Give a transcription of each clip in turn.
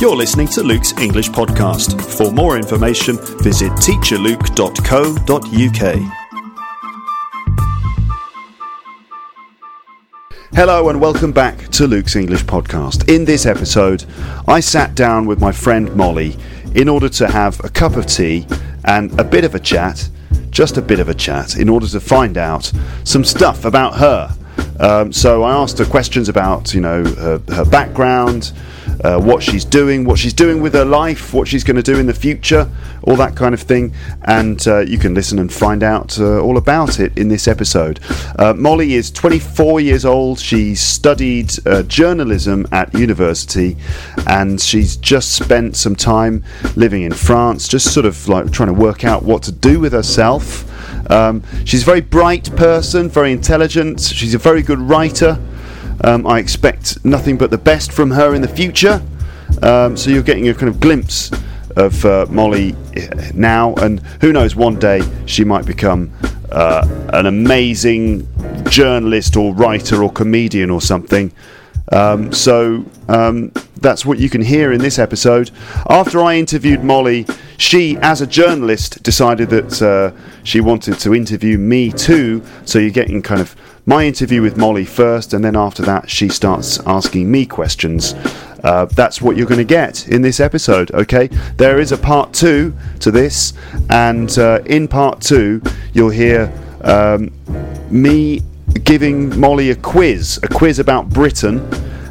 You're listening to Luke's English podcast. For more information, visit teacherluke.co.uk. Hello and welcome back to Luke's English podcast. In this episode, I sat down with my friend Molly in order to have a cup of tea and a bit of a chat, just a bit of a chat, in order to find out some stuff about her. Um, so I asked her questions about, you know, her, her background, uh, what she's doing, what she's doing with her life, what she's going to do in the future, all that kind of thing. And uh, you can listen and find out uh, all about it in this episode. Uh, Molly is 24 years old. She studied uh, journalism at university, and she's just spent some time living in France, just sort of like trying to work out what to do with herself. Um, she's a very bright person, very intelligent. She's a very good writer. Um, I expect nothing but the best from her in the future. Um, so you're getting a kind of glimpse of uh, Molly eh, now, and who knows, one day she might become uh, an amazing journalist or writer or comedian or something. Um, so um, that's what you can hear in this episode. After I interviewed Molly, she, as a journalist, decided that uh, she wanted to interview me too. So you're getting kind of my interview with Molly first, and then after that, she starts asking me questions. Uh, that's what you're going to get in this episode, okay? There is a part two to this, and uh, in part two, you'll hear um, me giving Molly a quiz, a quiz about Britain.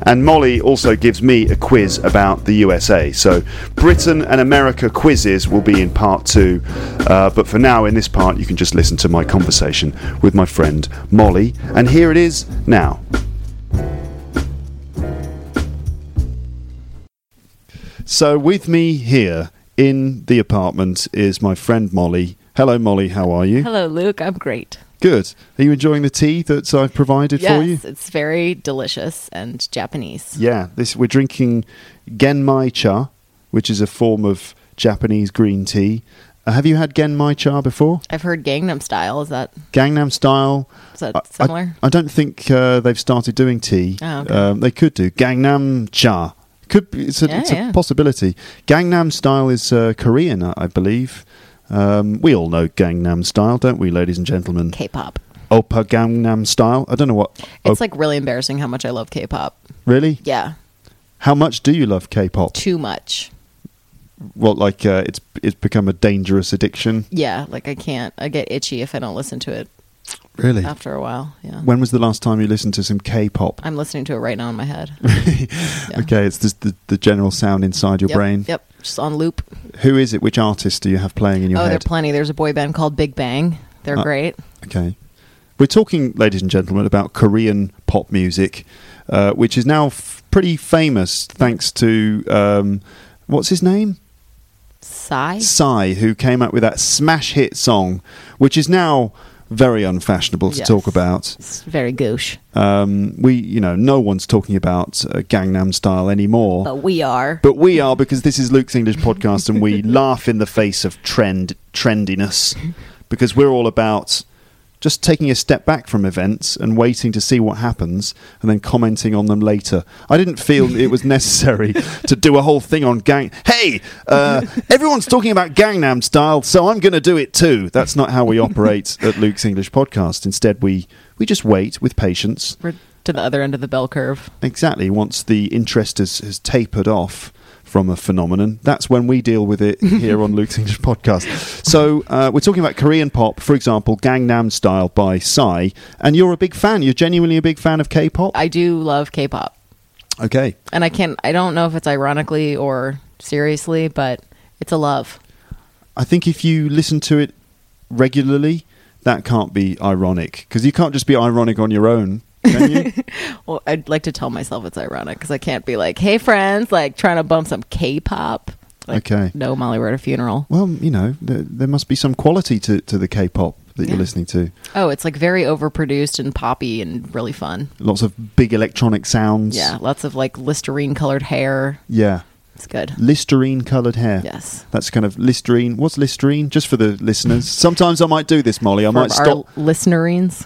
And Molly also gives me a quiz about the USA. So, Britain and America quizzes will be in part two. Uh, but for now, in this part, you can just listen to my conversation with my friend Molly. And here it is now. So, with me here in the apartment is my friend Molly. Hello, Molly. How are you? Hello, Luke. I'm great. Good. Are you enjoying the tea that I've provided for you? Yes, it's very delicious and Japanese. Yeah, this we're drinking genmai cha, which is a form of Japanese green tea. Uh, have you had genmai cha before? I've heard Gangnam Style. Is that Gangnam style. is that I- I- similar? I, don't think uh, they've started doing tea. Oh, okay. um, they could do Gangnam cha. Could be, it's a, Yeah, it's a yeah. possibility. Gangnam style is uh, Korean, I, I believe. Um, we all know Gangnam style, don't we, ladies and gentlemen? K-pop? Opa Gangnam style. I don't know what. It's op- like really embarrassing how much I love K-pop. really? Yeah, How much do you love K-pop? too much. Well, like uh, it's it's become a dangerous addiction. Yeah, like I can't. I get itchy if I don't listen to it Really? after a while. Yeah, When was the last time you listened to some K-pop? I'm listening to it right now in my head. Yeah. Okay, it's just the, the general sound inside your Yep, brain. Yep, just on loop. Who is it? Which artist do you have playing in your oh, there are head? plenty. There's a boy band called Big Bang. They're Uh, great. okay, we're talking, ladies and gentlemen, about Korean pop music, uh, which is now f- pretty famous thanks to um, what's his name? Psy. Psy, who came up with that smash hit song, which is now very unfashionable to Yes. talk about. It's very gauche, Um, we, you know, no one's talking about uh, Gangnam Style anymore. but we are. Oh. But we are because this is Luke's English podcast, and we laugh in the face of trend trendiness because we're all about just taking a step back from events and waiting to see what happens, and then commenting on them later. I didn't feel it was necessary to do a whole thing on gang. Hey, uh, everyone's talking about Gangnam Style, so I'm going to do it too. That's not how we operate at Luke's English podcast. Instead, we we just wait with patience. We're to the other end of the bell curve. Exactly. Once the interest has, has tapered off from a phenomenon, that's when we deal with it here on Luke's English podcast. So uh, we're talking about Korean pop, for example, Gangnam Style by Psy, and you're a big fan. You're genuinely a big fan of K-pop. I do love K-pop. Okay. and I can't. I don't know if it's ironically or seriously, but it's a love. I think if you listen to it regularly, that can't be ironic because you can't just be ironic on your own. Can you? Well, I'd like to tell myself it's ironic because I can't be like, "Hey, friends," like trying to bump some K-pop. Like, Okay. No, Molly, we're at a funeral. well, you know, there, there must be some quality to, to the K-pop that you're Yeah. listening to. Oh, it's like very overproduced and poppy and really fun. Lots of big electronic sounds. Yeah, lots of like Listerine colored hair. Yeah. It's good. Listerine coloured hair. Yes. That's kind of Listerine. What's Listerine? Just for the listeners. Sometimes I might do this, Molly. I From might stop. our listenerines.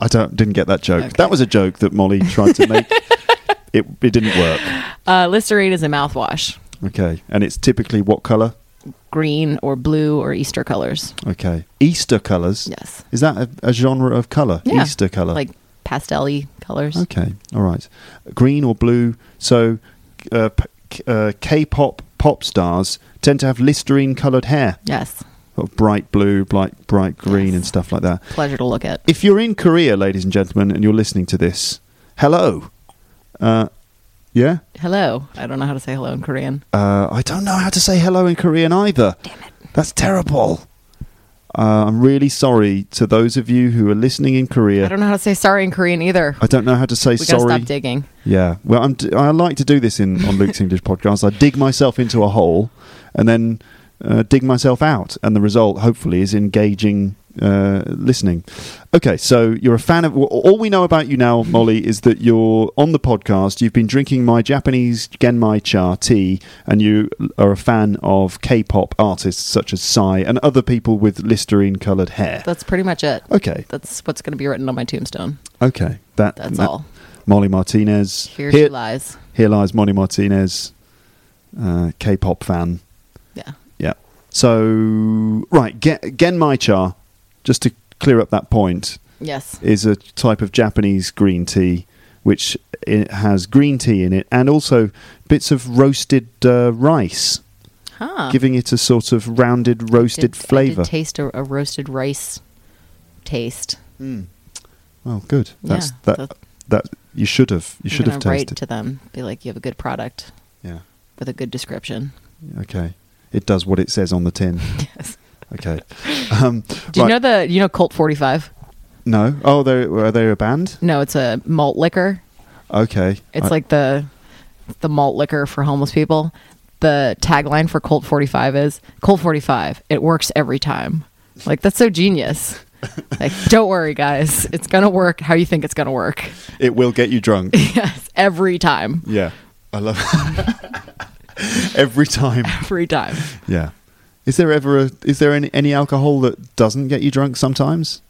I don't didn't get that joke. Okay. That was a joke that Molly tried to make. it it didn't work. Uh, Listerine is a mouthwash, Okay. And it's typically what colour? green or blue or Easter colors. Okay. Easter colours. Yes. Is that a, a genre of colour? Yeah, Easter colour. like pastel-y colors. Okay, all right. Green or blue. So, uh, p- k- uh, K-pop pop stars tend to have Listerine-coloured hair, Yes, sort of bright blue, bright bright green, Yes. and stuff like that. pleasure to look at. If you're in Korea, ladies and gentlemen, and you're listening to this, hello. Uh, yeah. Hello. I don't know how to say hello in Korean. Uh, I don't know how to say hello in Korean either. Damn it. That's terrible. Uh, I'm really sorry to those of you who are listening in Korea. I don't know how to say sorry in Korean either. I don't know how to say We sorry. gotta stop digging. Yeah, well, I'm d- I like to do this in on Luke's English podcast. I dig myself into a hole and then uh, dig myself out, and the result hopefully is engaging uh, listening. Okay, so you're a fan of w- all we know about you now, Molly, is that you're on the podcast. You've been drinking my Japanese genmai cha tea, and you are a fan of K-pop artists such as Psy and other people with listerine-colored hair. That's pretty much it. Okay, That's what's going to be written on my tombstone. okay, that That's that- all. Molly Martinez. Here, Here- she lies. Here lies Monty Martinez, uh, K-pop fan. Yeah. Yeah. So right, Gen- Genmai cha, just to clear up that point, Yes. is a type of Japanese green tea which it has green tea in it and also bits of roasted uh, rice, Huh. giving it a sort of rounded Did- I roasted did flavour. Ah. taste a, a roasted rice taste. Mm. Well, good. That's Yeah, that. that's- That you should have. You I'm should have gonna write tasted. to them. Be like, you have a good product yeah. with a good description. Okay. It does what it says on the tin. Yes. Okay. Um, Do you right. know the you know Colt Forty Five? No. Oh, they are they a band? No, it's a malt liquor. Okay. It's I- like the the malt liquor for homeless people. The tagline for Colt 45 is Colt 45, it works every time. Like that's so genius. like don't worry guys, it's going to work how you think it's going to work. it will get you drunk. Yes, every time. yeah, I love every time. Every time. Yeah. Is there ever a is there any, any alcohol that doesn't get you drunk sometimes?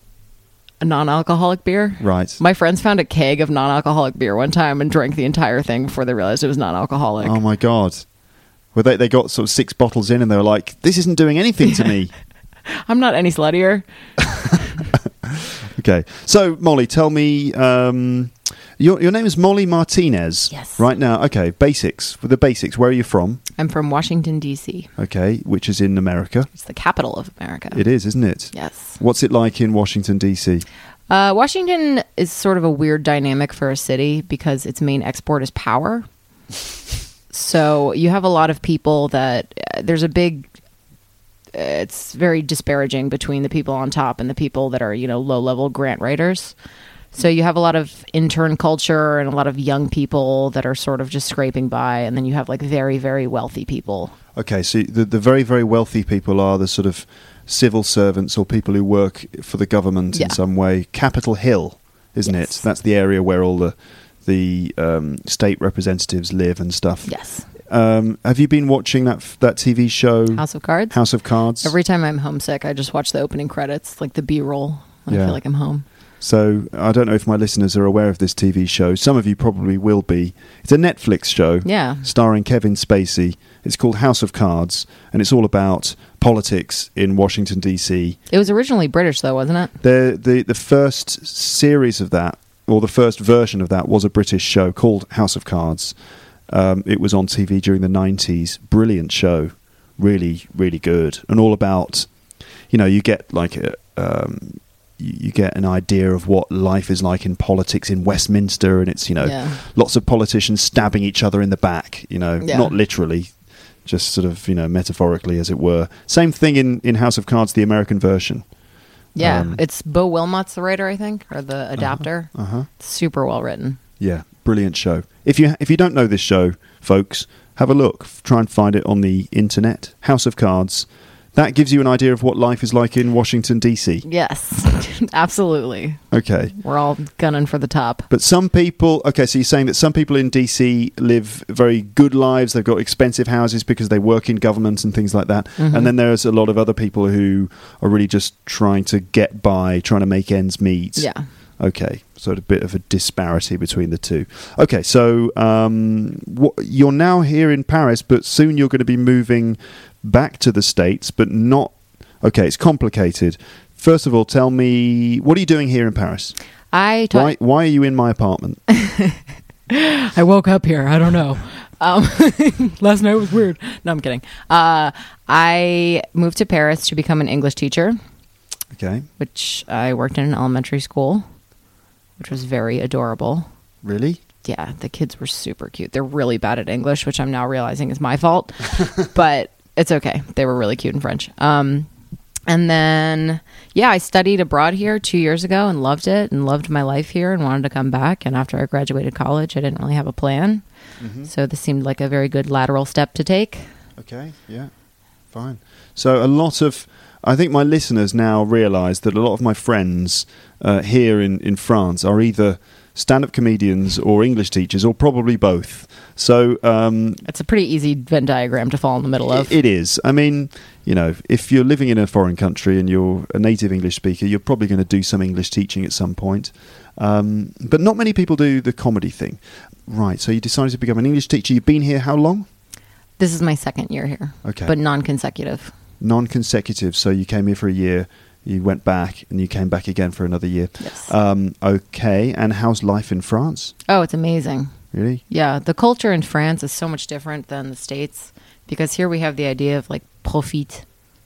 A non-alcoholic beer? Right. My friends found a keg of non-alcoholic beer one time and drank the entire thing before they realized it was non-alcoholic. oh my god. Well, they they got sort of six bottles in and they were like, "This isn't doing anything to me." I'm not any sluttier. okay. So Molly, tell me. Um, your, your name is Molly Martinez. Yes. Right now, okay. Basics. The basics. Where are you from? I'm from Washington D.C. Okay, which is in America. It's the capital of America. It is, isn't it? Yes. What's it like in Washington D.C.? Uh, Washington is sort of a weird dynamic for a city because its main export is power. So you have a lot of people that uh, there's a big. uh, It's very disparaging between the people on top and the people that are you know low level grant writers. So you have a lot of intern culture and a lot of young people that are sort of just scraping by, and then you have like very very wealthy people. Okay, so the, the very very wealthy people are the sort of civil servants or people who work for the government Yeah. in some way. Capitol Hill, isn't Yes. it? That's the area where all the the um, state representatives live and stuff. Yes, Um, have you been watching that f- that TV show House of Cards. House of Cards? Every time I'm homesick, I just watch the opening credits, like the B roll, and Yeah. I feel like I'm home. So I don't know if my listeners are aware of this TV show. Some of you probably will be. It's a Netflix show. Yeah. Starring Kevin Spacey. It's called House of Cards, and it's all about politics in Washington D.C. It was originally British, though, wasn't it? The the the first series of that, or the first version of that, was a British show called House of Cards. Um, it was on TV during the nineties. Brilliant show, really really good, and all about. You know, you get like a. Um, you you get an idea of what life is like in politics in Westminster, and it's you know Yeah. lots of politicians stabbing each other in the back. You know, Yeah. not literally, just sort of you know metaphorically, as it were. Same thing in in House of Cards, the American version. Yeah, Um, Uh-huh. it's Bo Wilmot's the writer, I think, or the adapter. Uh huh. Super well written. Yeah, brilliant show. If you if you don't know this show, folks, have a look. F- Try and find it on the internet. House of Cards. That gives you an idea of what life is like in Washington D.C. Yes, absolutely. Okay. We're all gunning for the top. But some people, okay, so you're saying that some people in DC live very good lives. They've got expensive houses because they work in government and things like that. And then there's a lot of other people who are really just trying to get by, trying to make ends meet. Yeah. Okay, so a bit of a disparity between the two. Okay, so um, what, you're now here in Paris, but soon you're going to be moving back to the States, but not. Okay, it's complicated. First of all, tell me what are you doing here in Paris? I taught, Why, why are you in my apartment? I woke up here. I don't know. Um, last night was weird. No, I'm kidding. Uh, I moved to Paris to become an English teacher, Okay, which I worked in an elementary school, which was very adorable. really? yeah, the kids were super cute. They're really bad at English, which I'm now realizing is my fault, but it's okay. They were really cute in French. Um, and then, yeah, I studied abroad here two years ago and loved it and loved my life here and wanted to come back. And after I graduated college, I didn't really have a plan. Mm-hmm. So this seemed like a very good lateral step to take. Okay, yeah, fine. So a lot of, I think my listeners now realise that a lot of my friends uh, here in in France are either stand-up comedians or English teachers or probably both. So um, It's a pretty easy Venn diagram to fall in the middle of. It is. I mean, you know, if you're living in a foreign country and you're a native English speaker, you're probably going to do some English teaching at some point. Um, but not many people do the comedy thing. Right. So you decided to become an English teacher. You've been here how long? This is my second year here, Okay. but non consecutive. Non consecutive. So you came here for a year, you went back, and you came back again for another year. Yes. Um, okay. And how's life in France? Oh, it's amazing. Really? Yeah, the culture in France is so much different than the states because here we have the idea of like profit,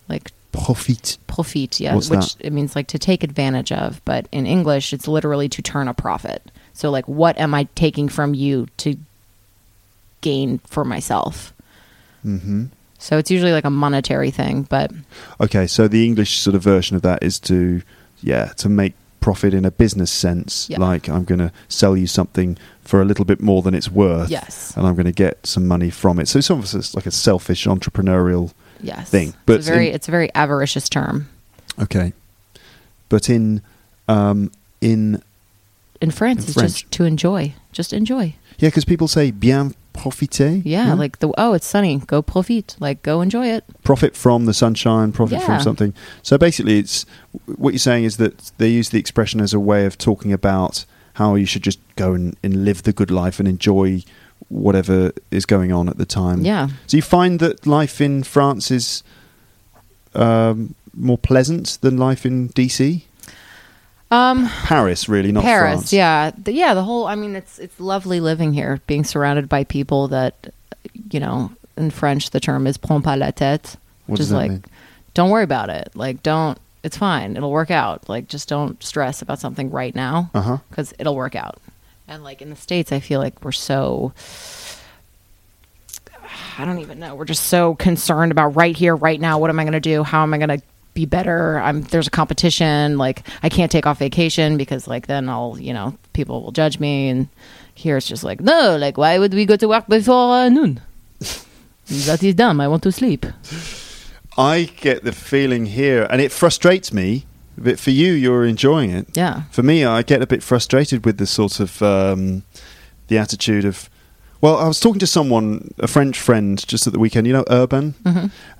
like Profit. profit, yeah, What's which that? it means like to take advantage of, but in English it's literally to turn a profit. So like what am I taking from you to gain for myself? Mhm. Mm-hmm. So it's usually like a monetary thing, but Okay. So the English sort of version of that is to, yeah, to make profit in a business sense. Yeah. Like I'm going to sell you something for a little bit more than it's worth. Yes. And I'm going to get some money from it. So it's almost it's like a selfish entrepreneurial. yes. Thing, but it's a very in- it's a very avaricious term. Okay. But in, um, in In France In it's French. just to enjoy. Just enjoy. yeah, because people say bien profiter. Yeah, no? like the oh, it's sunny. Go profit. Like go enjoy it. profit from the sunshine, profit Yeah. from something. So basically, it's what you're saying is that they use the expression as a way of talking about how you should just go and, and live the good life and enjoy whatever is going on at the time. Yeah. So you find that life in France is um, more pleasant than life in DC, Um Paris, really, not Paris, France. yeah, the, yeah. The whole, I mean, it's it's lovely living here, being surrounded by people that, you know, in French the term is "prends pas la tête," What which does is that like, mean? don't worry about it. Like, don't. It's fine. It'll work out. Like, just don't stress about something right now Uh-huh. because it'll work out. And like in the states, I feel like we're so. I don't even know. We're just so concerned about right here, right now. What am I going to do? How am I going to be better? I'm there's a competition. Like I can't take off vacation because like then I'll you know people will judge me. And here it's just like no, like why would we go to work before uh, noon? that is dumb. I want to sleep. I get the feeling here, and it frustrates me. But for you, you're enjoying it. Yeah. For me, I get a bit frustrated with the sort of um, the attitude of. Well, I was talking to someone, a French friend, just at the weekend. You know, Urban,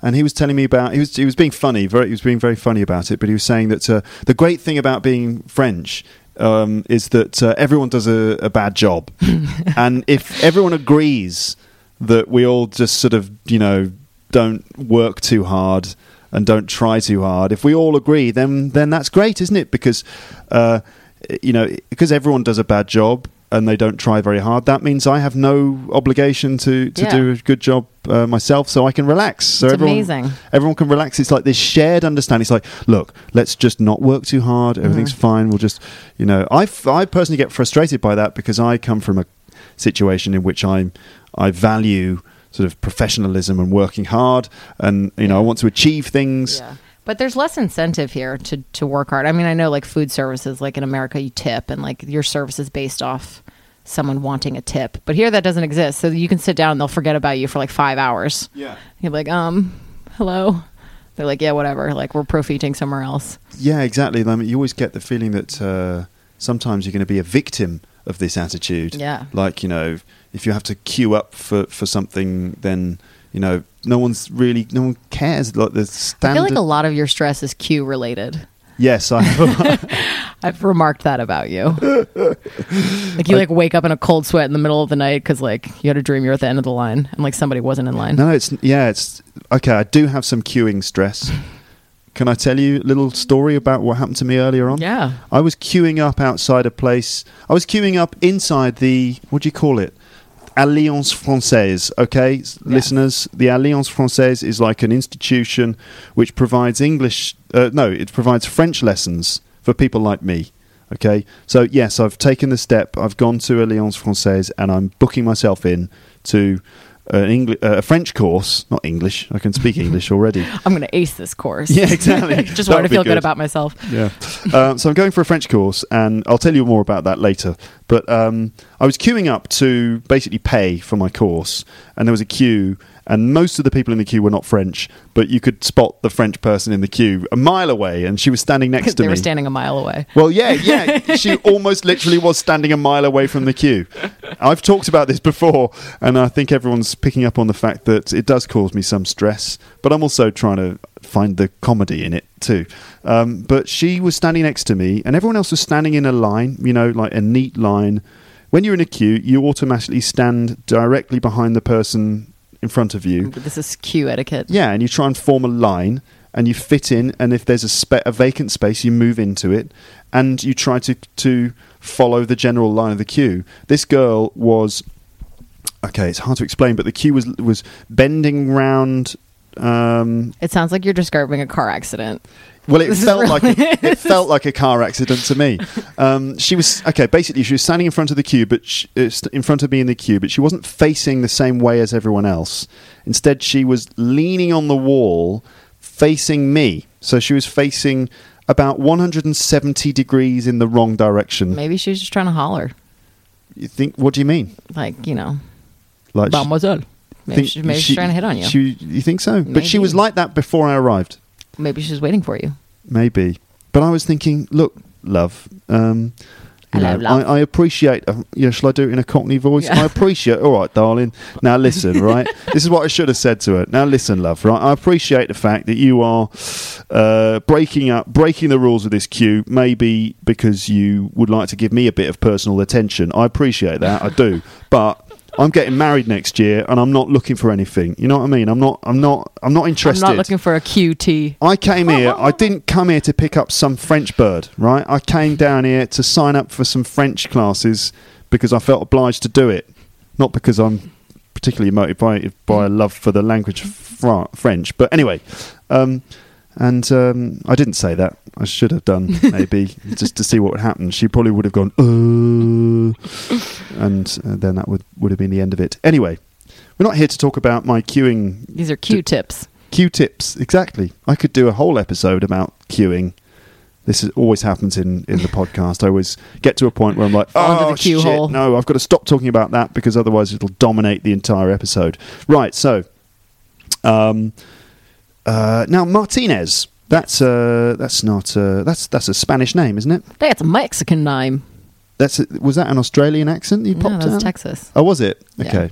and he was telling me about he was he was being funny, very he was being very funny about it. But he was saying that uh, the great thing about being French um, is that uh, everyone does a, a bad job, and if everyone agrees that we all just sort of you know don't work too hard and don't try too hard. If we all agree, then then that's great, isn't it? Because uh, you know, because everyone does a bad job and they don't try very hard. That means I have no obligation to to Yeah. do a good job uh, myself, so I can relax. So It's everyone, amazing. Everyone can relax. It's like this shared understanding. It's like, look, let's just not work too hard. Everything's fine. We'll just, you know, I, f- I personally get frustrated by that because I come from a situation in which I'm, I value sort of professionalism and working hard and, you know, I want to achieve things. Yeah. But there's less incentive here to, to work hard. I mean, I know like food services, like in America, you tip and like your service is based off someone wanting a tip. But here that doesn't exist. So you can sit down and they'll forget about you for like five hours. Yeah. You're like, um, hello. They're like, yeah, whatever. Like we're profiting somewhere else. Yeah, exactly. I mean, you always get the feeling that uh, sometimes you're going to be a victim of this attitude. Yeah. Like, you know, if you have to queue up for, for something, then, you know, no one's really, no one cares. Like the I standard. feel like a lot of your stress is Q related. yes, I, I've remarked that about you. like you like wake up in a cold sweat in the middle of the night because like you had a dream you're at the end of the line and like somebody wasn't in line. no, it's, yeah, it's, okay, I do have some queuing stress. Can I tell you a little story about what happened to me earlier on? Yeah. I was queuing up outside a place. I was queuing up inside the what do you call it? Alliance Française, okay, s- listeners. The Alliance Française is like an institution which provides English. Uh, no, it provides French lessons for people like me. Okay, so yes, I've taken the step. I've gone to Alliance Française and I'm booking myself in to an Engli- uh, a French course, not English. I can speak English already. I'm gonna ace this course. Yeah, exactly. Just That would wanted to be feel good. good. about myself. yeah. Um, so I'm going for a French course, and I'll tell you more about that later. But um, I was queuing up to basically pay for my course, and there was a queue, and most of the people in the queue were not French, but you could spot the French person in the queue a mile away, and she was standing next to they me. were standing a mile away. Well, yeah, yeah. she almost literally was standing a mile away from the queue. I've talked about this before, and I think everyone's picking up on the fact that it does cause me some stress, but I'm also trying to find the comedy in it too. Um, but she was standing next to me, and everyone else was standing in a line, you know, like a neat line. When you're in a queue, you automatically stand directly behind the person in front of you. This is Q etiquette. Yeah, and you try and form a line and you fit in and if there's a spe- a vacant space you move into it and you try to to follow the general line of the queue. This girl was okay, it's hard to explain, but the queue was was bending round um, It sounds like you're describing a car accident. well, it This is felt really- like a, it felt like a car accident to me. Um, she was okay. Basically, she was standing in front of the queue, but sh uh, st- in front of me in the queue, but she wasn't facing the same way as everyone else. Instead, she was leaning on the wall, facing me. So she was facing about 170 degrees in the wrong direction. Maybe she was just trying to holler, You think? What do you mean? like you know, Like she- mademoiselle. Maybe, think she, maybe she- she's trying to hit on you. She, you think so? But she Maybe. was like that before I arrived. maybe she's waiting for you. maybe. But I was thinking, look, love. Um, you Hello, know, love. I, I appreciate. Uh, you know, shall I do it in a Cockney voice? I appreciate. All right, darling. Now listen, right. this is what I should have said to her. Now listen, love. Right. I appreciate the fact that you are uh, breaking up, breaking the rules of this queue. Maybe because you would like to give me a bit of personal attention. I appreciate that. I do. But. I'm getting married next year, and I'm not looking for anything. You know what I mean? I'm not. I'm not. I'm not I'm interested. not looking for a QT. I came here. I didn't come here to pick up some French bird, right? I came down here to sign up for some French classes because I felt obliged to do it, not because I'm particularly motivated by a love for the language of Fran- French. But anyway, um, and um, I didn't say that. I should have done maybe just to see what would happen. She probably would have gone, uh, and uh, then that would would have been the end of it. Anyway, we're not here to talk about my queuing These are Q-tips. Q-tips, exactly. I could do a whole episode about queuing. This is, always happens in, in the podcast. I always get to a point where I'm like, Fall into oh, the queue shit, hole." no, I've got to stop talking about that because otherwise it'll dominate the entire episode. Right, so um, uh, now Martinez. That's uh, that's not uh, that's that's a Spanish name, isn't it? That's a Mexican name. That's a, was that an Australian accent you No, popped that was out? Texas. Oh, was it? Yeah. Okay.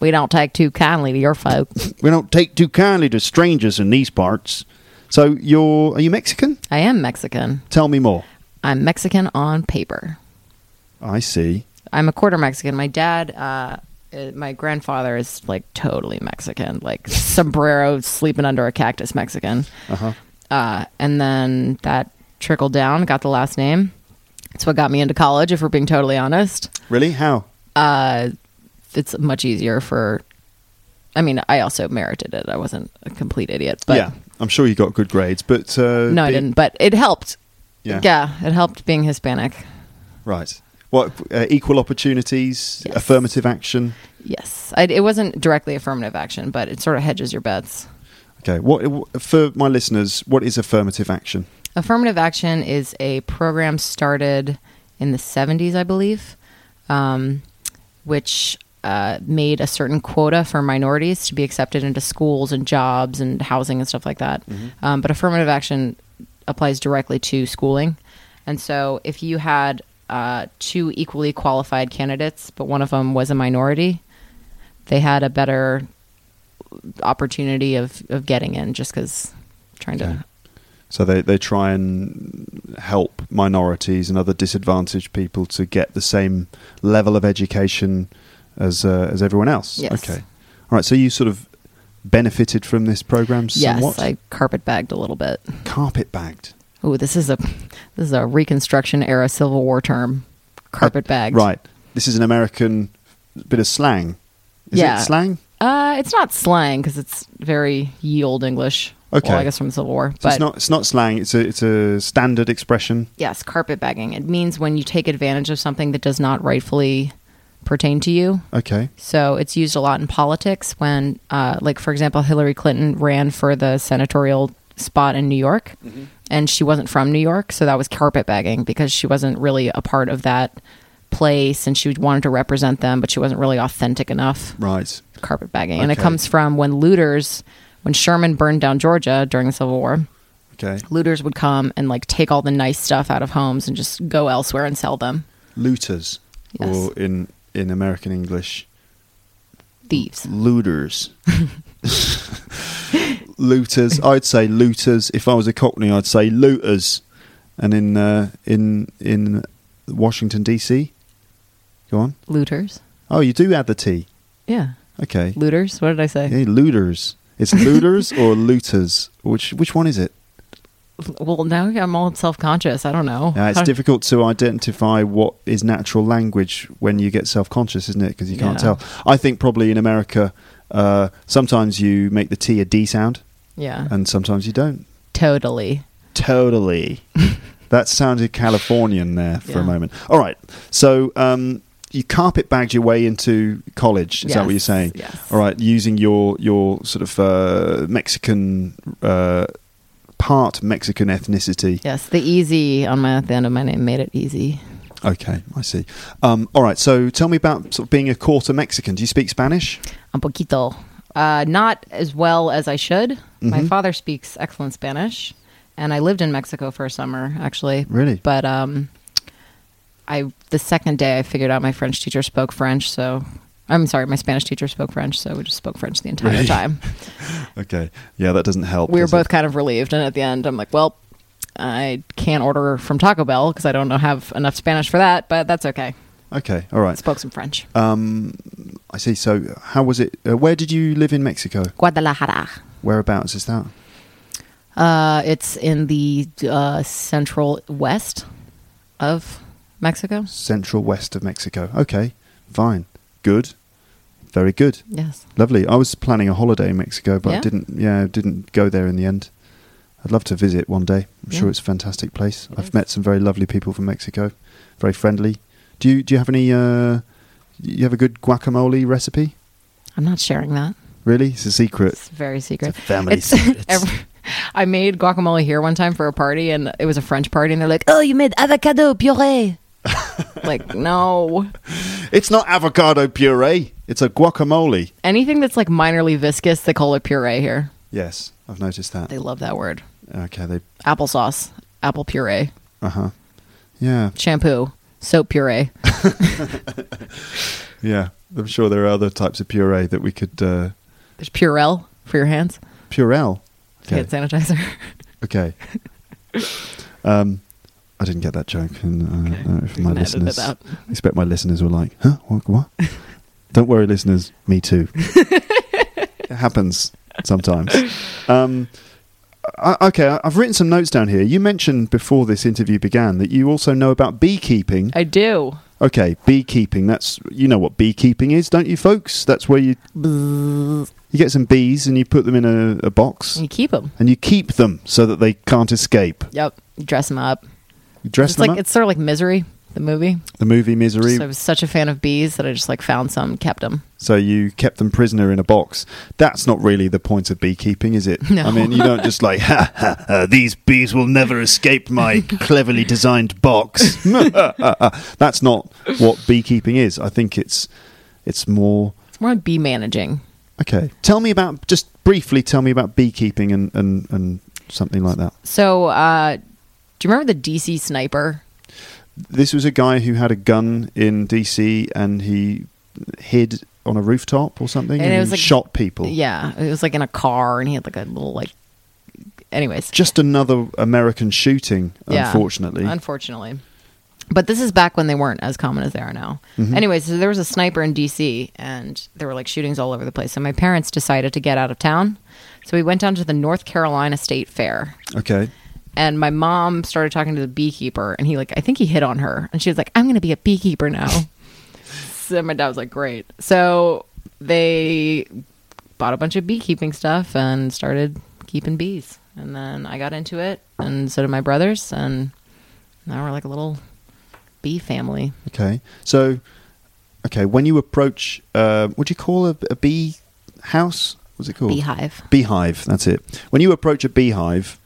We don't take too kindly to your folks. We don't take too kindly to strangers in these parts. So you're are you Mexican? I am Mexican. Tell me more. I'm Mexican on paper. I see. I'm a quarter Mexican. My dad, uh, uh, my grandfather is like totally Mexican, like sombrero sleeping under a cactus Mexican. Uh-huh. and then that trickled down, got the last name. It's what got me into college, if we're being totally honest. Really? How? It's much easier for. I mean, I also merited it. I wasn't a complete idiot, but yeah, I'm sure you got good grades, but uh, no, I be- didn't. But it helped. Yeah. it helped being Hispanic. Right. What? Uh, equal opportunities, Yes. affirmative action. Yes, I, it wasn't directly affirmative action, but it sort of hedges your bets. Okay. What uh, for my listeners? What is affirmative action? Affirmative action is a program started in the 70s, I believe, um, which uh, made a certain quota for minorities to be accepted into schools and jobs and housing and stuff like that. Um, but affirmative action applies directly to schooling. And so if you had uh, two equally qualified candidates, but one of them was a minority, they had a better opportunity of, of getting in just because trying to Okay. So they, they try and help minorities and other disadvantaged people to get the same level of education as uh, as everyone else. Yes. Okay. All right. So you sort of benefited from this program somewhat. Yes, I carpet bagged a little bit. Carpet bagged. Oh, this is a this is a Reconstruction era Civil War term. Carpet bagged. Uh, Right. This is an American bit of slang. Is Yeah. it slang? Uh, it's not slang because it's very ye old English. Okay. Well, I guess from the Civil War, So but it's not it's not slang. It's a it's a standard expression. yes, carpet bagging. It means when you take advantage of something that does not rightfully pertain to you. Okay. So it's used a lot in politics when, uh, like, for example, Hillary Clinton ran for the senatorial spot in New York, and she wasn't from New York, so that was carpetbagging because she wasn't really a part of that place, and she wanted to represent them, but she wasn't really authentic enough. Right. Carpetbagging, and it Okay. comes from when looters, when Sherman burned down Georgia during the Civil War, Okay. looters would come and like take all the nice stuff out of homes and just go elsewhere and sell them. Looters, Yes. or in in American English, Thieves. looters. looters. I'd say looters. If I was a Cockney, I'd say looters. And in uh, in in Washington D.C. Go on. Looters. Oh, you do add the T. Yeah. Okay. Looters. What did I say? Hey, looters. It's looters or looters. Which which one is it? Well, now I'm all self conscious. I don't know. Uh, it's How- difficult to identify what is natural language when you get self conscious, isn't it? Because you can't Yeah. tell. I think probably in America, uh, sometimes you make the T a D sound Yeah. and sometimes you don't. totally. Totally. that sounded Californian there for a Yeah. moment. All right. So um, you carpet bagged your way into college. Is that what you're Yes, saying? yes. All right. Using your your sort of uh, Mexican uh, part Mexican ethnicity. Yes. The easy on my at the end of my name made it easy. Okay, I see. Um, all right. So tell me about sort of being a quarter Mexican. Do you speak Spanish? Un poquito. Uh, not as well as I should. Mm-hmm. My father speaks excellent Spanish, and I lived in Mexico for a summer actually. Really? But um, I the second day I figured out my French teacher spoke French, so. I'm sorry, my Spanish teacher spoke French, so we just spoke French the entire Really? time. Okay. Yeah, that doesn't help. we were does it? both kind of relieved and at the end i'm like well i can't order from taco bell because i don't know have enough spanish for that but that's okay Okay. All right. Um, spoke some french I see. So how was it? Uh, where did you live in Mexico? guadalajara Whereabouts is that? uh, it's in the uh, central west of mexico Central west of Mexico. Okay. Fine. Good. Very good. yes Lovely. I was planning a holiday in Mexico, but I Yeah? didn't. Yeah, didn't go there in the end. I'd love to visit one day. I'm sure Yeah. it's a fantastic place. I've met some very lovely people from Mexico. Very friendly. Do you do you have any? Uh, you have a good guacamole recipe? i'm not sharing that Really? It's a secret. it's very secret family It's- every- i made guacamole here one time for a party and it was a french party and they're like oh you made avocado puree like no It's not avocado puree. It's a guacamole. anything that's like minorly viscous they call it puree here Yes, I've noticed that. they love that word Okay. They. applesauce, apple puree, Uh huh. Yeah. shampoo, soap puree. Yeah. I'm sure there are other types of puree that we could. Uh, There's Purell for your hands Purell. to get sanitizer. Okay. um, I didn't get that joke, and uh, I don't know if You my can edit it listeners I out. expect my listeners were like, "Huh? What? what? don't worry, listeners. Me too. it happens sometimes." Um, I, okay, I- I've written some notes down here. You mentioned before this interview began that you also know about beekeeping. I do. Okay, beekeeping. That's you know what beekeeping is, don't you, folks? That's where you you get some bees and you put them in a, a box And you keep them. and you keep them so that they can't escape. Yep. You dress them up. You dress It's them like up. it's sort of like misery. the movie. The movie Misery. So I was such a fan of bees that I just like found some, kept them. So you kept them prisoner in a box. That's not really the point of beekeeping, is it? No. I mean, you don't just like, ha, ha, ha, these bees will never escape my cleverly designed box. That's not what beekeeping is. I think it's it's more It's more like bee managing. okay. Tell me about just briefly. Tell me about beekeeping and and, and something like that. So uh, do you remember the DC sniper? This was a guy who had a gun in DC and he hid on a rooftop or something and, it was like shot people. Yeah, it was like in a car, and he had like a little like. Anyways, Just another American shooting, Yeah. unfortunately. Unfortunately. But this is back when they weren't as common as they are now. Anyway, so there was a sniper in DC and there were like shootings all over the place. So my parents decided to get out of town. So we went down to the North Carolina State Fair Okay. and my mom started talking to the beekeeper and he like I think he hit on her and she was like I'm going to be a beekeeper now. so my dad was like great. So they bought a bunch of beekeeping stuff and started keeping bees. And then I got into it and so did my brothers and now we're like a little bee family. Okay. So, okay, when you approach, uh, what do you call a, a bee house? What's it called? Beehive. Beehive. That's it. When you approach a beehive,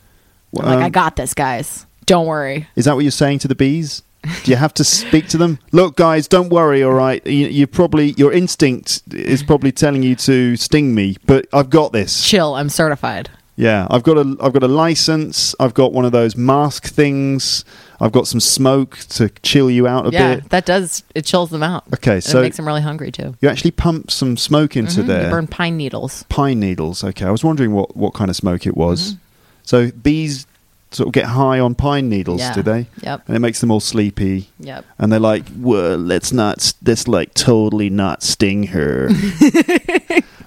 wh- I'm like I um, got this guys. Don't worry. is that what you're saying to the bees? Do you have to speak to them? Look, guys, don't worry. All right, you, you probably your instinct is probably telling you to sting me, but I've got this. Chill, I'm certified. Yeah, I've got a I've got a license. I've got one of those mask things. I've got some smoke to chill you out a yeah, bit. that does it chills them out. Okay, And so- it makes them really hungry too. You actually pump some smoke into Mhm, there. They burn pine needles. pine needles. Okay, I was wondering what, what kind of smoke it was. Mm-hmm. So bees sort of get high on pine needles, Yeah. do they? Yep. And it makes them all sleepy. Yep. And they're like, well, let's not, let's like totally not sting her.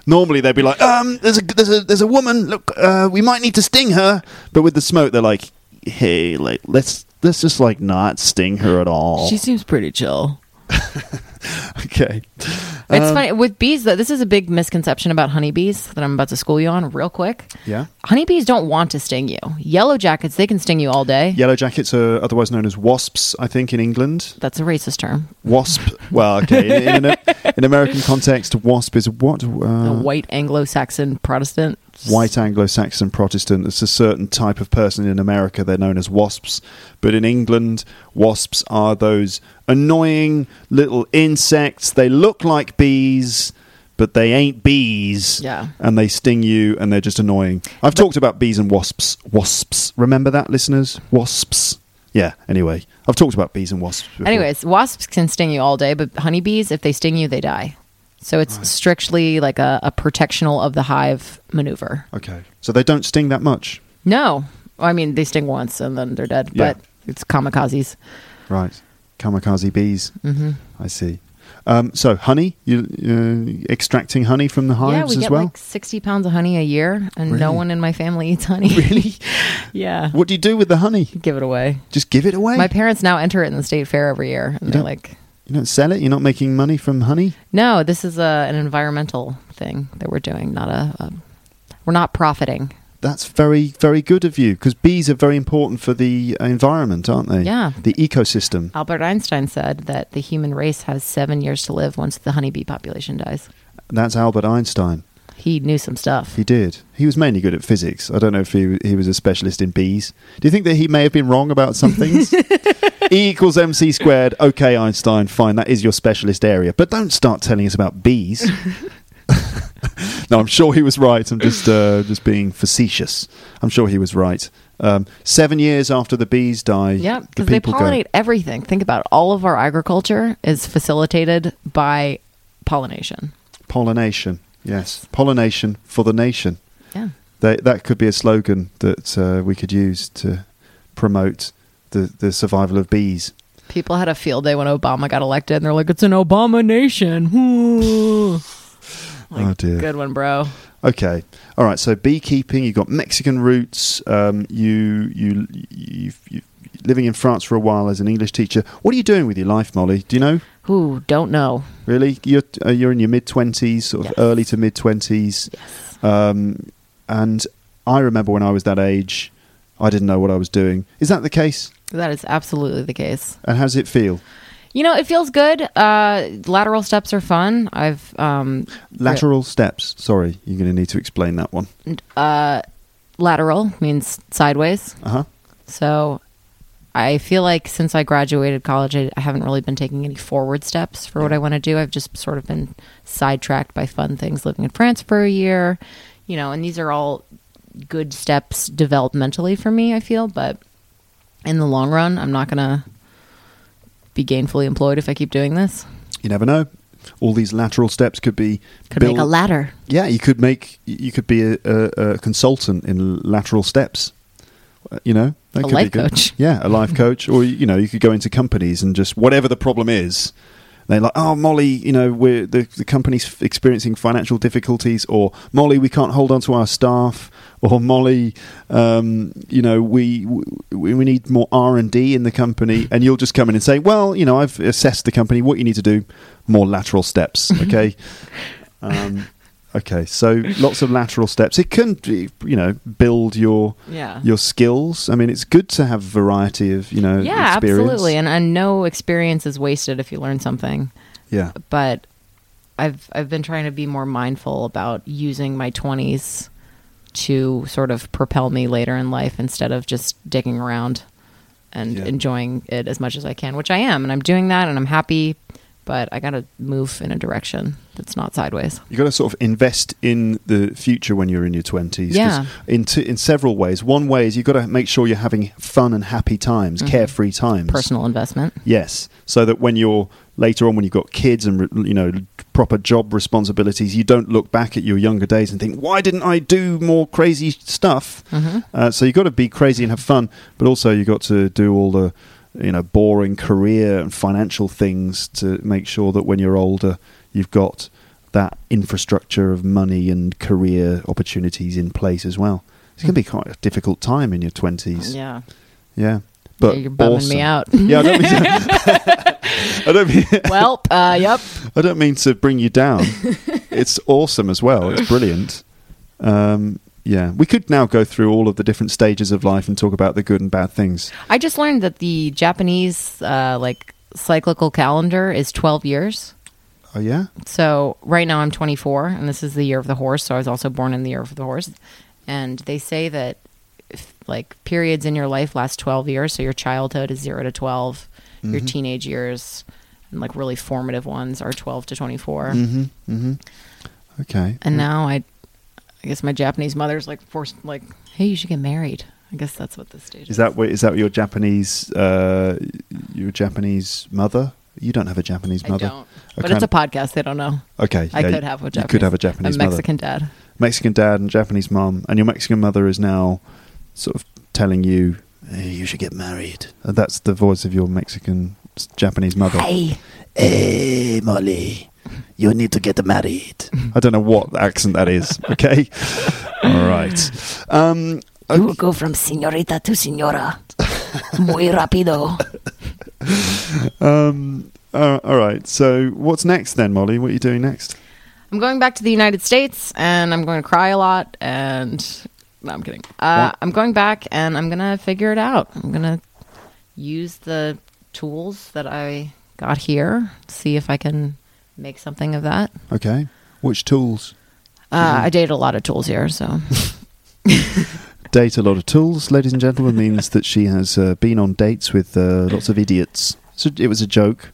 Normally they'd be like, um, there's a there's a there's a woman. Look, uh, we might need to sting her. But with the smoke, they're like, hey, like let's let's just like not sting her at all. She seems pretty chill. okay. It's Um, funny with bees though. This is a big misconception about honeybees that I'm about to school you on real quick. Yeah. honeybees don't want to sting you. Yellow jackets they can sting you all day. Yellow jackets are otherwise known as wasps, I think, in England. That's a racist term. Wasp. Well, okay. In, in, an, in American context, wasp is what? The Uh, white Anglo-Saxon Protestant. white Anglo-Saxon Protestant. It's a certain type of person in America. They're known as wasps, but in England, wasps are those annoying little insects. They look like bees. But they ain't bees, Yeah. and they sting you, and they're just annoying. I've talked about bees and wasps. Wasps, remember that, listeners? Wasps. Yeah. Anyway, I've talked about bees and wasps. Before. Anyways, wasps can sting you all day, but honeybees, if they sting you, they die. So it's strictly like a, a protectional of the hive maneuver. okay. So they don't sting that much. No, I mean they sting once and then they're dead. Yeah. But it's kamikazes. Right, kamikaze bees. Mm-hmm. I see. Um, so honey, you uh, extracting honey from the Yeah, hives we as get well. like 60 pounds of honey a year, and no Really? one in my family eats honey. really? yeah. What do you do with the honey? Give it away. Just give it away. My parents now enter it in the state fair every year, and they're don't- like, you don't sell it. You're not making money from honey. "No, this is a, an environmental thing that we're doing. Not a, a we're not profiting." That's very, very good of you because bees are very important for the environment, aren't they? Yeah. Uh The ecosystem. Albert Einstein said that the human race has seven years to live once the honeybee population dies. That's Albert Einstein. He knew some stuff. He did. He was mainly good at physics. I don't know if he he was a specialist in bees. Do you think that he may have been wrong about some things? e equals mc squared. Okay, Einstein. Fine, that is your specialist area. But don't start telling us about bees. no, I'm sure he was right. I'm just uh, just being facetious. I'm sure he was right. Um, seven years after the bees die, Yeah, the because they people pollinate everything. Think about it. all of our agriculture is facilitated by pollination. go pollination. Yes, pollination for the nation. Yeah. That that could be a slogan that uh, we could use to promote the, the survival of bees. People had a field day when Obama got elected, and they're like, "It's an Obama nation." oh dear. Good one, bro. Okay. All right. So beekeeping. You've got Mexican roots. Um, you you you've, you've living in France for a while as an English teacher. What are you doing with your life, Molly? Do you know? Who don't know? Really? You're uh, you're in your mid twenties, sort of Yes. early to mid twenties. Yes. Um, and I remember when I was that age, I didn't know what I was doing. Is that the case? That is absolutely the case. And how's it feel? You know, it feels good. Uh, lateral steps are fun. I've um, Lateral steps. Sorry, you're going to need to explain that one. lateral means sideways. Uh huh. So I feel like since I graduated college, I, I haven't really been taking any forward steps for what I want to do. I've just sort of been sidetracked by fun things, living in France for a year, you know, and these are all good steps developmentally for me, I feel. But in the long run, I'm not going to be gainfully employed if I keep doing this. You never know. All these lateral steps could be Could make built- a ladder. Yeah, you could make you could be a, a, a consultant in lateral steps. Uh, You know, that A could life be good. coach. Yeah, a life coach, or you know, you could go into companies and just whatever the problem is. They're like, oh, Molly, you know, we're the, the company's f- experiencing financial difficulties, or Molly, we can't hold on to our staff, or Molly, um, you know, we, we we need more R and D in the company, and you'll just come in and say, well, you know, I've assessed the company. What you need to do, more lateral steps, okay? Um, okay, so lots of lateral steps. It can, you know, build your Yeah. your skills. I mean, it's good to have variety of you know yeah, experience. absolutely. And, and no experience is wasted if you learn something. yeah, but I've I've been trying to be more mindful about using my 20s to sort of propel me later in life instead of just digging around and Yeah. enjoying it as much as I can, which I am, and I'm doing that and I'm happy, but I got to move in a direction that's not sideways. you got to sort of invest in the future when you're in your twenties. Yeah. in t- in several ways. One way is you've got to make sure you're having fun and happy times, carefree times, Mm-hmm. Personal investment. Yes, so that when you're later on, when you've got kids and re- you know proper job responsibilities, you don't look back at your younger days and think, "Why didn't I do more crazy stuff?" Mm-hmm. Uh, so you've got to be crazy and have fun, but also you've got to do all the you know boring career and financial things to make sure that when you're older, you've got that infrastructure of money and career opportunities in place as well. It's going to be quite a difficult time in your twenties. Mm. Yeah. Yeah. But you're bumming me awesome. out. Yeah, I don't mean to, I don't mean Well, uh, yep. I don't mean to bring you down. It's awesome as well. It's brilliant. Um, yeah, we could now go through all of the different stages of life and talk about the good and bad things. I just learned that the Japanese uh, like cyclical calendar is 12 years. Oh yeah, So right now I'm 24, and this is the year of the horse. So I was also born in the year of the horse. And they say that if, like periods in your life last 12 years. So your childhood is zero to 12. Mm-hmm. Your teenage years and like really formative ones are 12 to 24. Mm-hmm. okay. And now I, I guess my Japanese mother's like forced like, hey, you should get married. I guess that's what this stage Is that what is that your Japanese uh, your Japanese mother? You don't have a Japanese I mother. don't. But it's a podcast. They don't know. okay. I yeah, could have a Japanese. You could have a Japanese a mother. Mexican dad. Mexican dad and Japanese mom, and your Mexican mother is now sort of telling you "Hey, you should get married. And that's the voice of your Mexican s- Japanese mother. Hey. Hey, Molly, you need to get married. I don't know what accent that is. Okay, all right. Um, You will go from señorita to señora. Muy rápido. um, uh, all right. So, what's next then, Molly? What are you doing next? I'm going back to the United States and I'm going to cry a lot and no, I'm kidding. Uh, What? I'm going back and I'm going to figure it out. I'm going to use the tools that I got here, see if I can make something of that. Okay, which tools? Uh, Mm-hmm. I dated a lot of tools here, so Date a lot of tools, ladies and gentlemen, means that she has uh, been on dates with uh, lots of idiots. So it was a joke.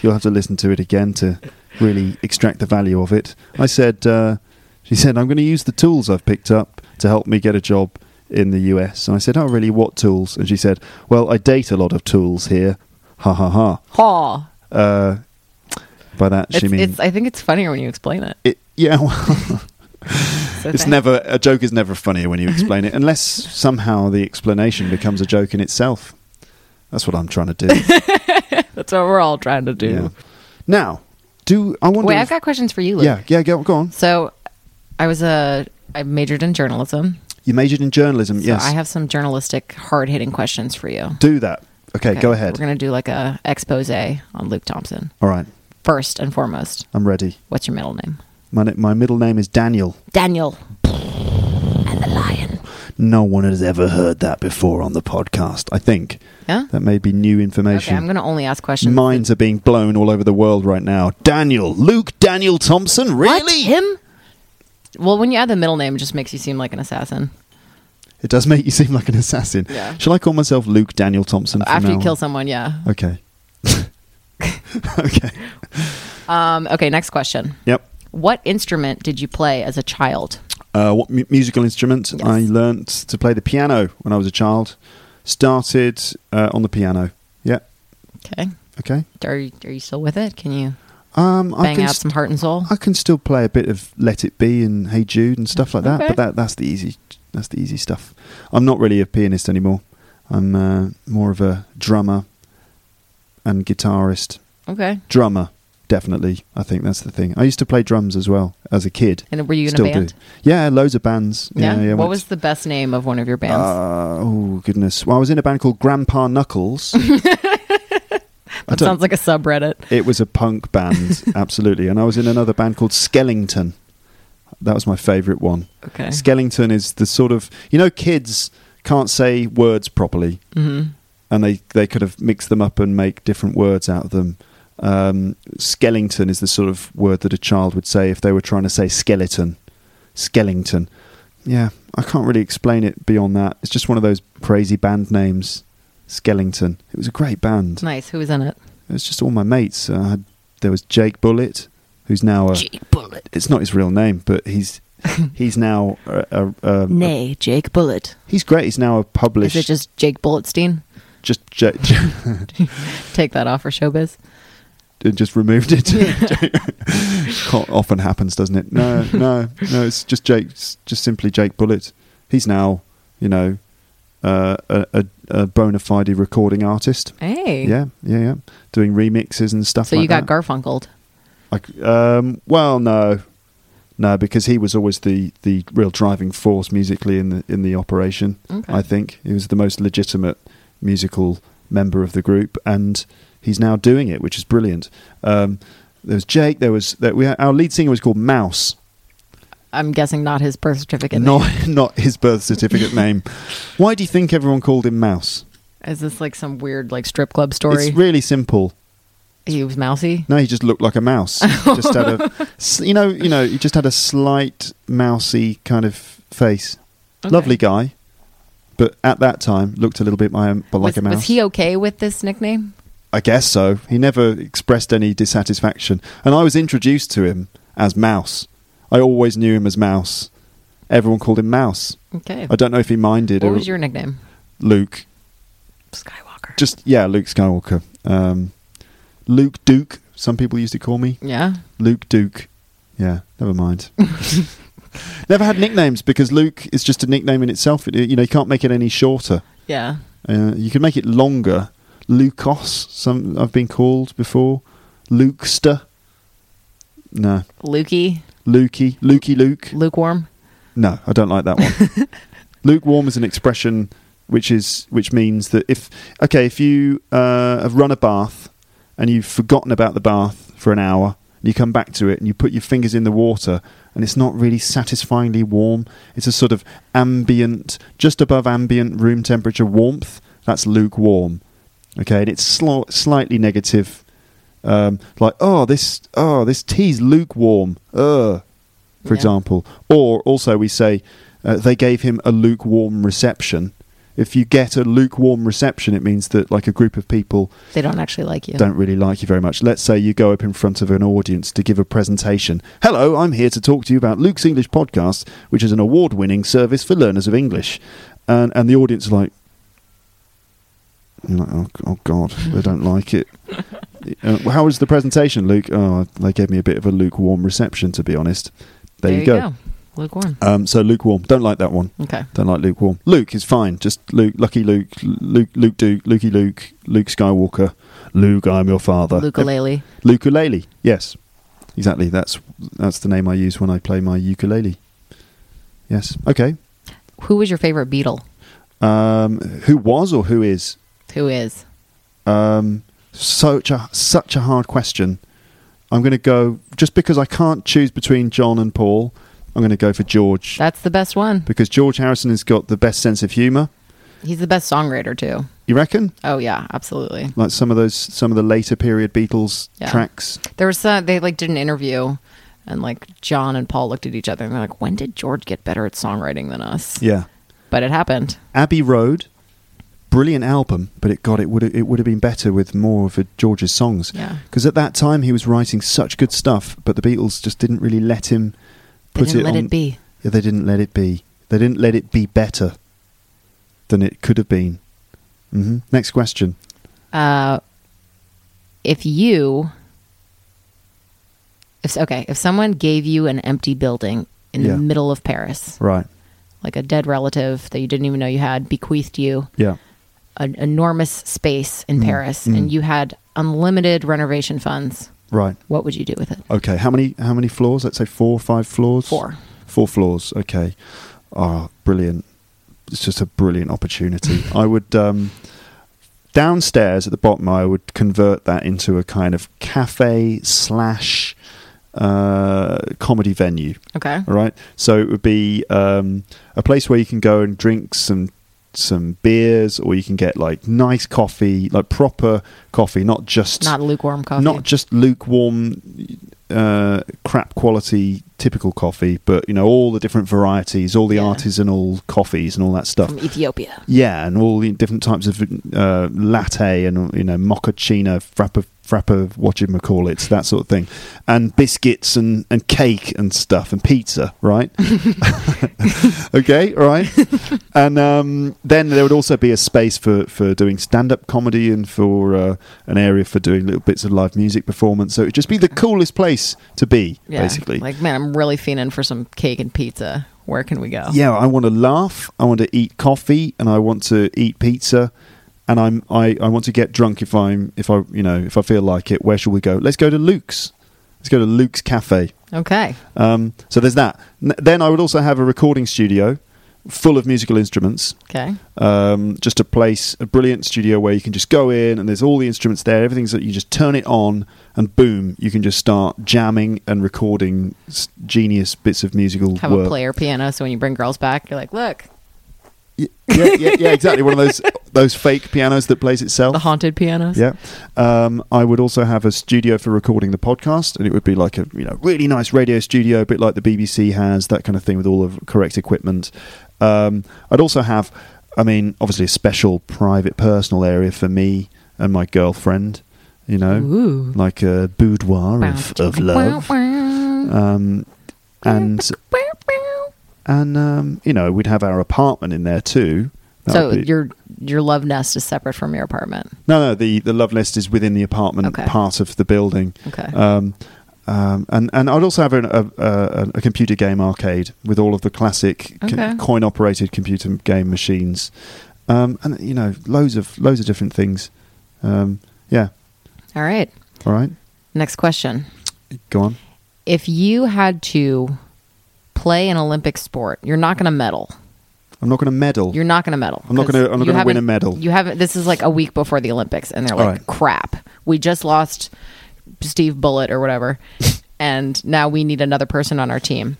You'll have to listen to it again to really extract the value of it. I said, uh, she said, I'm going to use the tools I've picked up to help me get a job in the US. And I said, oh, really? What tools? And she said, well, I date a lot of tools here. Ha ha ha. ha. Uh, by that It's, she means it's, I think it's funnier when you explain it. it. Yeah. Well, So it's thank- never a joke is never funnier when you explain it unless somehow the explanation becomes a joke in itself that's what i'm trying to do That's what we're all trying to do. Yeah. now do i wonder Wait, if- I've got questions for you, Luke. yeah yeah go, go on So I was a I majored in journalism. you majored in journalism So yes I have some journalistic hard hitting questions for you. do that okay, Okay, go ahead We're going to do like a expose on Luke Thompson. all right First and foremost, i'm ready what's your middle name? my, ni- my middle name is daniel Daniel. And the lion. no one has ever heard that before on the podcast. I think Yeah. that may be new information. Okay, I'm going to only ask questions. Minds are being blown all over the world right now. Daniel, Luke Daniel Thompson, What? really? Him? Well, when you add the middle name, it just makes you seem like an assassin. It does make you seem like an assassin. Yeah. Shall I call myself Luke Daniel Thompson? From After now you on? kill someone, yeah. Okay. okay. Um, okay, next question. Yep. What instrument did you play as a child? Uh, what mu- musical instrument? Yes. I learnt to play the piano when I was a child. Started uh, on the piano. Yeah. Okay. Okay. Are you, are you still with it? Can you Um, I bang can out st- some heart and soul? I can still play a bit of Let It Be and Hey Jude and stuff like that. Okay. But that that's the easy that's the easy stuff. I'm not really a pianist anymore. I'm uh, more of a drummer and guitarist. Okay. Drummer, definitely. I think that's the thing. I used to play drums as well as a kid. And were you in still a band? do. Yeah, loads of bands. Yeah, yeah. What went- was the best name of one of your bands? Uh, oh goodness! Well, I was in a band called Grandpa Knuckles. I that don't- sounds like a subreddit. It was a punk band, absolutely. And I was in another band called Skellington. That was my favourite one. Okay. Skellington is the sort of you know kids can't say words properly, Mhm. and they they could have mixed them up and make different words out of them. Um, Skellington is the sort of word that a child would say if they were trying to say skeleton. Skellington. Yeah, I can't really explain it beyond that. It's just one of those crazy band names. Skellington. It was a great band. Nice. Who was in it? It was just all my mates. Uh, I had- there was Jake Bullet, who's now a. Jake Bullet. It's not his real name, but he's he's now a, a, a, Nay, Jake Bullet. he's great. He's now a Is published it just Jake Bulletstein? just Ja- Ja- Take that off for showbiz. just removed it. Quite often happens, doesn't it? No, no, no. It's just Jake, it's just simply Jake Bullet. He's now you know uh, a, a, a bona fide recording artist. Hey. Yeah, yeah, yeah. Doing remixes and stuff. So like you got that. Garfunkled. I c um, well, no, no, because he was always the, the real driving force musically in the in the operation. Okay. I think he was the most legitimate musical member of the group, and he's now doing it, which is brilliant. Um, there was Jake. There was there, we had, our lead singer was called Mouse, I'm guessing not his birth certificate. name. not not his birth certificate name. Why do you think everyone called him Mouse? Is this like some weird like strip club story? It's really simple. he was mousy. No, he just looked like a mouse. He just had a, s- you know, you know, he just had a slight mousy kind of face. Okay. Lovely guy, but at that time looked a little bit my, but like was, a mouse. was he okay with this nickname? I guess so. He never expressed any dissatisfaction, and I was introduced to him as Mouse. I always knew him as Mouse. Everyone called him Mouse. Okay. I don't know if he minded What or was your nickname? Luke. Skywalker. Just yeah, Luke Skywalker. Um, Luke Duke. Some people used to call me. Yeah. Luke Duke. Yeah, never mind. never had nicknames because Luke is just a nickname in itself. It- you know, you can't make it any shorter. Yeah. Uh, you can make it longer. Lucos, some I've been called before. Lukester. No. Lukey. Lukey. Lukey Luke. Lukewarm. No, I don't like that one. Lukewarm is an expression which is which means that if okay, if you uh, have run a bath and you've forgotten about the bath for an hour, and you come back to it and you put your fingers in the water and it's not really satisfyingly warm. It's a sort of ambient, just above ambient room temperature warmth. That's lukewarm. Okay, and it's sl- slightly negative. Um, like oh this oh this tea's lukewarm. Ugh for Yeah. example. Or also, we say uh, they gave him a lukewarm reception. If you get a lukewarm reception, it means that like a group of people They don't actually like you. don't really like you very much. Let's say you go up in front of an audience to give a presentation. Hello, I'm here to talk to you about Luke's English Podcast, which is an award winning service for learners of English. And, and the audience are like, you're like, oh, oh God, they don't like it. Uh, how was the presentation, Luke? Oh, they gave me a bit of a lukewarm reception, to be honest. There, you go. Lukewarm. Um, so lukewarm. Don't like that one. Okay. Don't like lukewarm. Luke is fine. Just Luke, Lucky Luke, Luke, Luke Duke, Lukey Luke, Luke Skywalker, Luke, I'm your father. Lukulele. Lukulele. Yes, exactly. That's that's the name I use when I play my ukulele. Yes. Okay. Who was your favorite Beatle? Um, who was or who is? Who is? Um, such a such a hard question. I'm going to go just because I can't choose between John and Paul. I'm going to go for George That's the best one. because George Harrison has got the best sense of humour. He's the best songwriter too. You reckon? Oh yeah, absolutely. Like some of those, some of the later period Beatles Yeah. tracks. There was some, they like did an interview, and like John and Paul looked at each other and they're like, "When did George get better at songwriting than us?" Yeah, But it happened. Abbey Road, brilliant album, but it God, it would it would have been better with more of uh, George's songs. Yeah. because at that time he was writing such good stuff, but the Beatles just didn't really let him They put didn't it. let on- it be. Yeah, they didn't let it be. They didn't let it be better than it could have been. hmm Next question. Uh, if you, if okay, if someone gave you an empty building in Yeah. the middle of Paris, Right. like a dead relative that you didn't even know you had bequeathed you Yeah. an enormous space Mm. in Paris, and you had unlimited renovation funds, Right. what would you do with it? Okay. How many? How many floors? Let's say four, or five floors. Four. Four floors. Okay. Ah, brilliant. It's just a brilliant opportunity. I would um, downstairs at the bottom. I would convert that into a kind of cafe slash uh, comedy venue. Okay. All right. So it would be um, a place where you can go and drink some some beers, or you can get like nice coffee, like proper coffee, not just Not lukewarm coffee. not just lukewarm, uh, crap quality, typical coffee, but you know all the different varieties, all the Yeah. artisanal coffees, and all that stuff. from Ethiopia. Yeah, and all the different types of uh, latte and you know mochaccino, frappa, frappa, what you call it, that sort of thing, and biscuits and and cake and stuff and pizza, right? okay, all right. and um, then there would also be a space for for doing stand up comedy and for uh, an area for doing little bits of live music performance. So it'd just be the coolest place to be, Yeah. basically. Like, man, I'm really fiending for some cake and pizza. Where can we go? yeah, I want to laugh, I want to eat coffee, and I want to eat pizza, and I'm I, I want to get drunk if I'm if I you know if I feel like it. Where shall we go? Let's go to Luke's. Let's go to Luke's Cafe. Okay. Um, so there's that. N- then I would also have a recording studio full of musical instruments. Okay. Um, just a place, a brilliant studio where you can just go in and there's all the instruments there. Everything's that you just turn it on and boom, you can just start jamming and recording s- genius bits of musical Have work. a player piano. So when you bring girls back, you're like, look, Y- yeah, yeah, yeah, exactly. One of those those fake pianos that plays itself. the haunted pianos. yeah. Um, I would also have a studio for recording the podcast, and it would be like a you know really nice radio studio, a bit like the BBC has, that kind of thing, with all the correct equipment. Um, I'd also have, I mean, obviously a special private personal area for me and my girlfriend. You know, Ooh. like a boudoir of, of love, um, and and um, you know we'd have our apartment in there too. That So would be- your your love nest is separate from your apartment. No, no. The the love nest is within the apartment Okay. part of the building. Okay. Um, um, and and I'd also have an, a, a a computer game arcade with all of the classic Okay. coin operated computer game machines, um, and you know loads of loads of different things. Um, yeah. All right. All right. Next question. Go on. If you had to play an Olympic sport, you're not going to medal. I'm not going to medal. You're not going to medal. I'm not 'cause gonna- I'm not you gonna win a haven't- medal. You haven't. This is like a week before the Olympics, and they're All like, right. "Crap, we just lost Steve Bullet or whatever, and now we need another person on our team."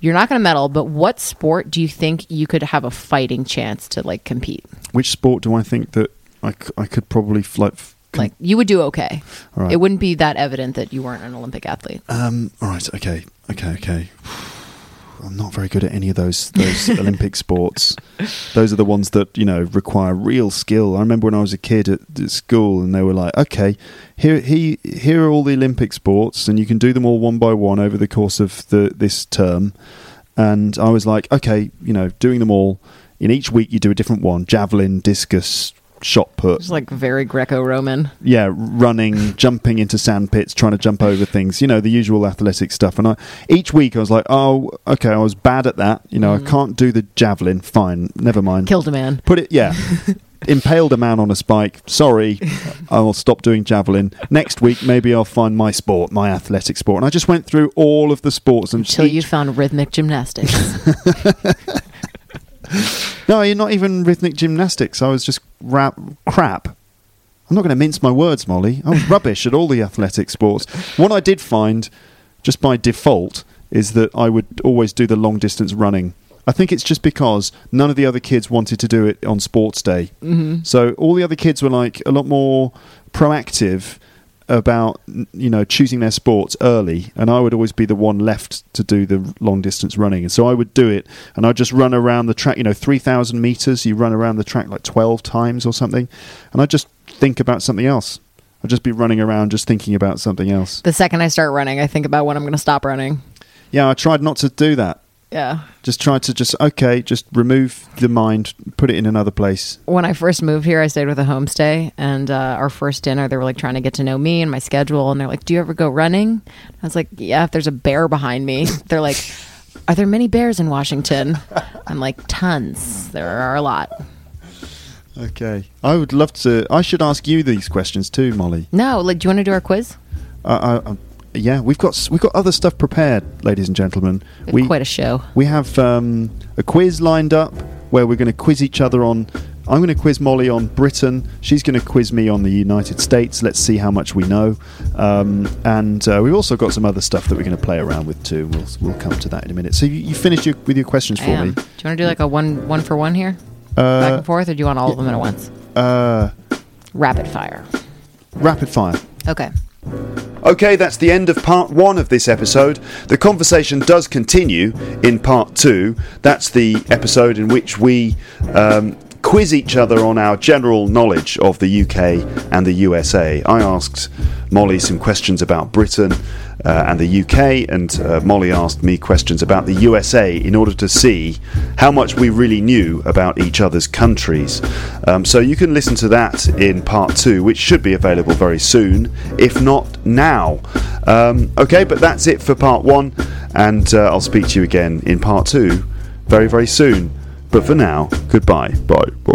You're not going to medal, but what sport do you think you could have a fighting chance to like compete? Which sport do I think that I, c- I could probably f- like f- Like you would do okay. All right. It wouldn't be that evident that you weren't an Olympic athlete. Um. All right. Okay. Okay. Okay. I'm not very good at any of those those Olympic sports. Those are the ones that you know require real skill. I remember when I was a kid at, at school, and they were like, "Okay, here he here are all the Olympic sports, and you can do them all one by one over the course of the this term." And I was like, "Okay, you know, doing them all in each week, you do a different one: javelin, discus, shot put, Just like very Greco-Roman. yeah, running, jumping into sand pits, trying to jump over things, you know, the usual athletic stuff. And I, each week I was like, oh, okay, I was bad at that. You know, I can't do the javelin. Fine, never mind. Killed a man. Put it, yeah. Impaled a man on a spike. Sorry, I'll stop doing javelin. Next week, maybe I'll find my sport, my athletic sport. And I just went through all of the sports and just Till you each- found rhythmic gymnastics. No, you're not even rhythmic gymnastics. I was just rap, crap. I'm not going to mince my words, Molly. I was rubbish at all the athletic sports. One I did find, just by default, is that I would always do the long distance running. I think it's just because none of the other kids wanted to do it on sports day. Mm-hmm. So all the other kids were like a lot more proactive about n- you know choosing their sports early and I would always be the one left to do the long distance running and so I would do it and I'd just run around the track you know 3000 meters you run around the track like 12 times or something and I'd just think about something else I'd just be running around just thinking about something else The second I start running, I think about when I'm going to stop running. yeah I tried not to do that Yeah. just tried to just okay just remove the mind put it in another place When I first moved here, I stayed with a homestay, and uh, our first dinner, they were like trying to get to know me and my schedule, and they're like, "Do you ever go running?" I was like, "Yeah, if there's a bear behind me." They're like, "Are there many bears in Washington?" I'm like, "Tons. There are a lot." okay I would love to I should ask you these questions too Molly No, like, do you want to do our quiz? uh, uh, uh, yeah, we've got s- we've got other stuff prepared, ladies and gentlemen. We've quite a show. We have um, a quiz lined up where we're going to quiz each other on. I'm going to quiz Molly on Britain. She's going to quiz me on the United States. Let's see how much we know. Um, and uh, we've also got some other stuff that we're going to play around with too. We'll we'll come to that in a minute. So you, you finished your, with your questions I for am. me. Do you want to do like a one one for one here, back and forth, or do you want all of them at once? Uh, Rapid fire. rapid fire. Okay. Okay, that's the end of part one of this episode. The conversation does continue in part two. That's the episode in which we um, quiz each other on our general knowledge of the UK and the USA. I asked Molly some questions about Britain uh, and the UK, and uh, Molly asked me questions about the USA in order to see how much we really knew about each other's countries. Um, so you can listen to that in part two, which should be available very soon, if not now. Um, okay, but that's it for part one, and uh, I'll speak to you again in part two very, very soon. But for now, goodbye. Bye. Bye. Bye.